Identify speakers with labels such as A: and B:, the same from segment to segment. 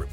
A: Void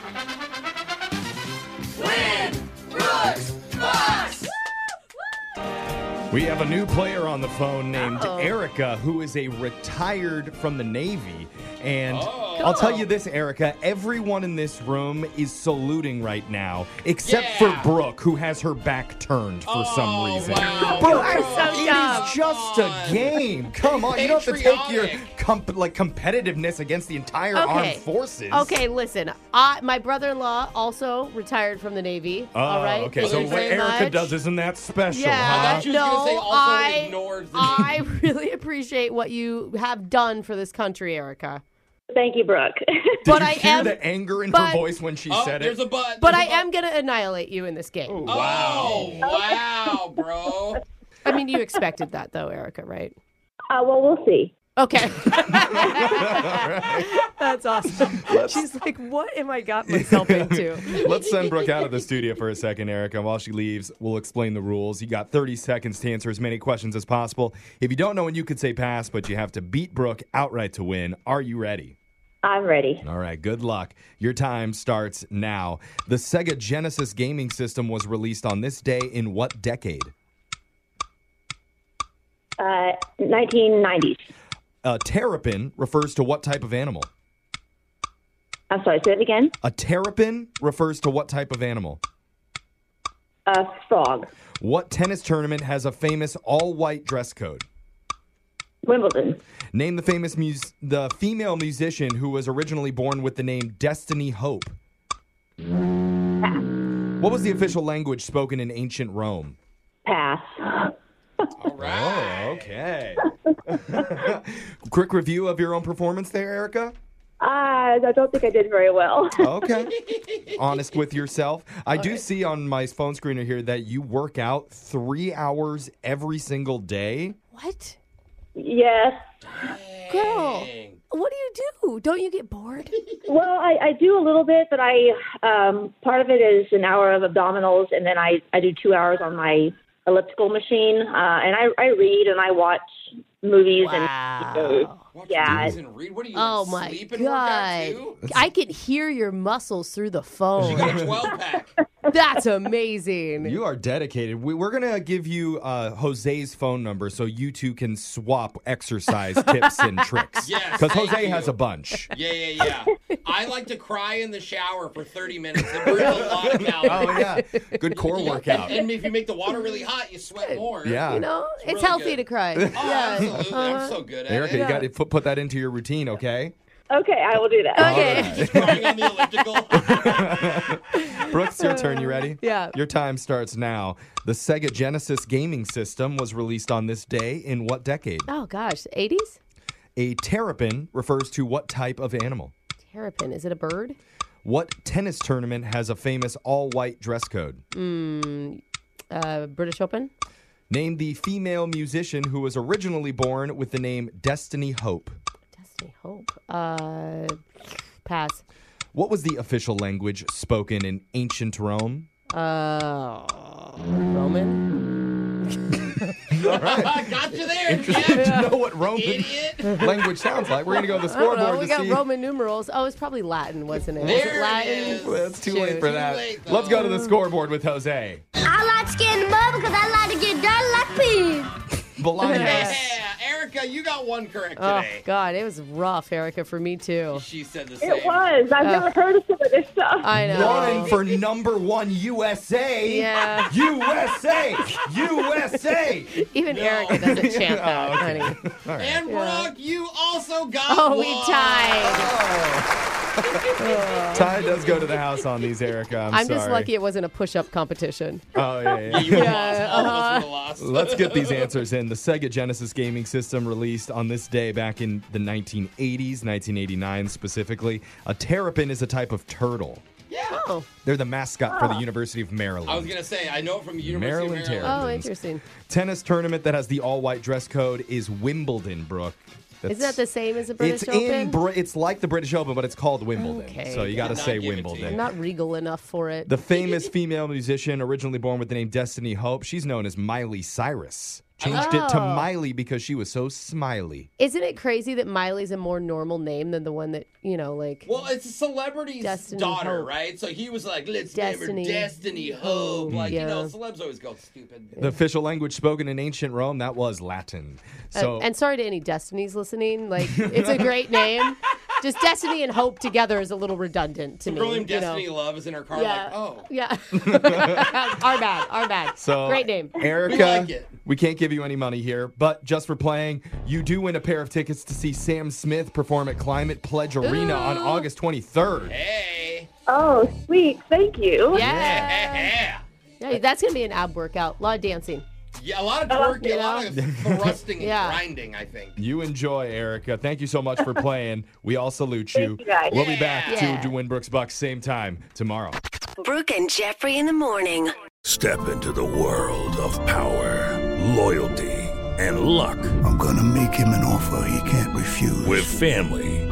B: We have a new player on the phone named Erica, who is a retired from the Navy. And
C: Oh.
B: I'll tell you this, Erica, everyone in this room is saluting right now, except for Brooke, who has her back turned for some
C: Oh,
B: reason. Brooke, it is just a game. Come on, you don't have to take your comp- like competitiveness against the entire armed forces.
C: Okay, listen. I, my brother-in-law also retired from the Navy.
B: Oh,
C: all right.
B: okay.
C: Thank
B: so
C: you
B: what
C: very
B: Erica
C: much.
B: does isn't that special,
C: Yeah,
B: huh?
D: you was
C: no,
D: gonna say also
C: I
D: ignores the
C: I really appreciate what you have done for this country, Erica.
E: Thank you, Brooke.
B: Did
C: but
B: you
C: I
B: hear
C: am-
B: the anger in
C: but-
B: her voice when she
D: Oh,
B: said it?
D: there's a butt.
C: But I
D: There's a
C: am going to annihilate you in this game.
B: Ooh.
D: butt. Oh, wow, bro.
C: I mean, you expected that though, Erica, right?
E: Uh, well, we'll see.
C: Okay. That's awesome. She's like, what am I got myself into?
B: Let's send Brooke out of the studio for a second, Erica. While she leaves, we'll explain the rules. You got 30 seconds to answer as many questions as possible. If you don't know when you could say pass, but you have to beat Brooke outright to win. Are you ready?
E: I'm ready.
B: All right, good luck. Your time starts now. The Sega Genesis gaming system was released on this day in what decade?
E: Uh, 1990s.
B: A terrapin refers to what type of animal?
E: I'm sorry, say it again.
B: A terrapin refers to what type of animal?
E: Uh, frog.
B: What tennis tournament has a famous all white dress code?
E: Wimbledon.
B: Name the famous mus- the female musician who was originally born with the name Destiny Hope. What was the official language spoken in ancient Rome?
E: Pass. Uh,
D: All right.
B: Oh, okay. Quick review of your own performance there, Erica.
E: Uh, I don't think I did very well.
B: Okay. Honest with yourself. I do see on my phone screener here that you work out three hours every single day.
C: What?
E: yes.
C: Girl,
D: Dang.
C: what do you do? Don't you get bored?
E: Well, I, I do a little bit, but I um, part of it is an hour of abdominals, and then I, I do two hours on my elliptical machine. Uh, and I, I read and I watch movies and shows.
D: Watch
E: Yeah.
D: movies and read. What are you?
C: Oh
D: like,
C: my
D: sleep and work out
C: god.
D: too?
C: I can hear your muscles through the
D: You
C: phone.
D: got a 12 pack.
C: That's amazing.
B: You are dedicated. We, we're going to give you uh, Jose's phone number so you two can swap exercise tips and tricks.
D: Yes,
B: Because
D: thank
B: Jose
D: you.
B: has a bunch.
D: Yeah, yeah, yeah. I like to cry in the shower for 30 minutes. It burns a lot of calories.
B: Oh, yeah. Good core workout.
D: And if you make the water really hot, you sweat more.
B: Yeah.
C: you know, it's,
D: really
C: healthy
D: good.
C: to cry.
D: Oh,
C: yeah. Uh-huh.
D: absolutely. I'm so good at
B: Erica,
D: it.
B: you got to put, put that into your routine, okay?
E: Okay, I will do that.
C: Okay.
D: Crying on the elliptical.
B: Brooks, your turn. You ready?
C: Yeah.
B: Your time starts now. The Sega Genesis gaming system was released on this day in what decade?
C: Oh gosh, 80s?
B: A terrapin refers to what type of animal?
C: Terrapin. Is it a bird?
B: What tennis tournament has a famous all white dress code?
C: Uh, British Open?
B: Name the female musician who was originally born with the name Destiny Hope.
C: Destiny Hope. Uh, pass.
B: What was the official language spoken in ancient Rome?
C: Uh, Roman?
D: I got you there,
B: Did
D: Jeff.
B: you know what Roman
D: Idiot.
B: language sounds like? We're going to go to the
C: I don't know.
B: scoreboard
C: We
B: to
C: got
B: see.
C: Roman numerals. Oh, it's probably Latin, wasn't it? Was
D: There
C: it
D: it
C: Latin?
D: is.
B: Well, it's too
C: Shoot.
B: late for
D: Too
B: that.
D: late, though.
B: Let's go to the scoreboard with Jose.
F: I like to get in the mud because I like to get dirty like pig.
B: Bolaños.
D: Yeah, Erica, you got one correct
C: Oh
D: today.
C: God, it was rough, Erica, for me too.
D: She said the same.
E: It was. I've never heard of some of this stuff.
C: I know.
B: Running for number one USA.
C: Yeah.
B: USA. USA.
C: Even
D: No.
C: Erica doesn't chant that, honey.
D: And Brock, you also got
C: Oh, we
D: one.
C: tied.
B: Ty does go to the house on these, Erica. I'm,
C: I'm just
B: sorry.
C: lucky it wasn't a push-up competition.
B: Oh, yeah, yeah.
D: You would have lost.
C: Uh-huh.
D: All of us would have lost.
B: Let's get these answers in. The Sega Genesis gaming system released on this day back in the 1980s, 1989 specifically. A terrapin is a type of turtle.
D: Yeah.
C: Oh.
D: Ah.
B: They're the mascot for the University of Maryland.
D: I was gonna say I know it from University
B: Maryland
D: of Maryland.
B: Terror.
C: Oh,
B: Evans.
C: interesting.
B: Tennis tournament that has the all-white dress code is Wimbledon, Brooke. That's-
C: Isn't that the same as the British
B: it's
C: Open?
B: in Br- it's like the British Open, but it's called Wimbledon.
C: Okay.
B: So you got to
D: Did not
B: say
D: give it to you.
B: Wimbledon.
C: I'm not regal enough for it.
B: The famous female musician, originally born with the name Destiny Hope, she's known as Miley Cyrus. Changed it to
C: Oh.
B: Miley because she was so smiley.
C: Isn't it crazy that Miley's a more normal name than the one that you know, like?
D: Well, it's a celebrity's
C: Destiny
D: daughter,
C: Hope.
D: right? So he was like, "Let's
C: Destiny.
D: name her Destiny Hope." Like
C: Yeah.
D: you know, celebs always go stupid.
B: The official language spoken in ancient Rome, that was Latin. So
C: and sorry to any Destinies listening. Like, it's a great name. Just Destiny and Hope together is a little redundant to
D: The
C: me.
D: girl named
C: you know?
D: Destiny Love is in her car,
C: Yeah.
D: like, "Oh,
C: Yeah. our bad. Our bad.
B: so
C: Great name.
B: Erica.
D: We like it.
B: we can't give you any money here, but just for playing, you do win a pair of tickets to see Sam Smith perform at Climate Pledge Arena on August 23rd.
D: hey,
E: Oh, sweet. Thank you.
C: Yeah.
D: yeah,
C: Yeah, That's going to be an ab workout. A lot of dancing.
D: yeah." A lot of twerking,
C: you
D: a lot of thrusting and
C: Yeah.
D: grinding. I think.
B: You enjoy, Erica. Thank you so much for playing. We all salute you.
E: you, guys.
B: we'll be back
C: Yeah.
B: to Dwayne Brooks Bucks same time tomorrow.
G: Brooke and Jeffrey in the morning.
H: Step into the world of power, loyalty, and luck. I'm going to make him an offer he can't refuse. With family,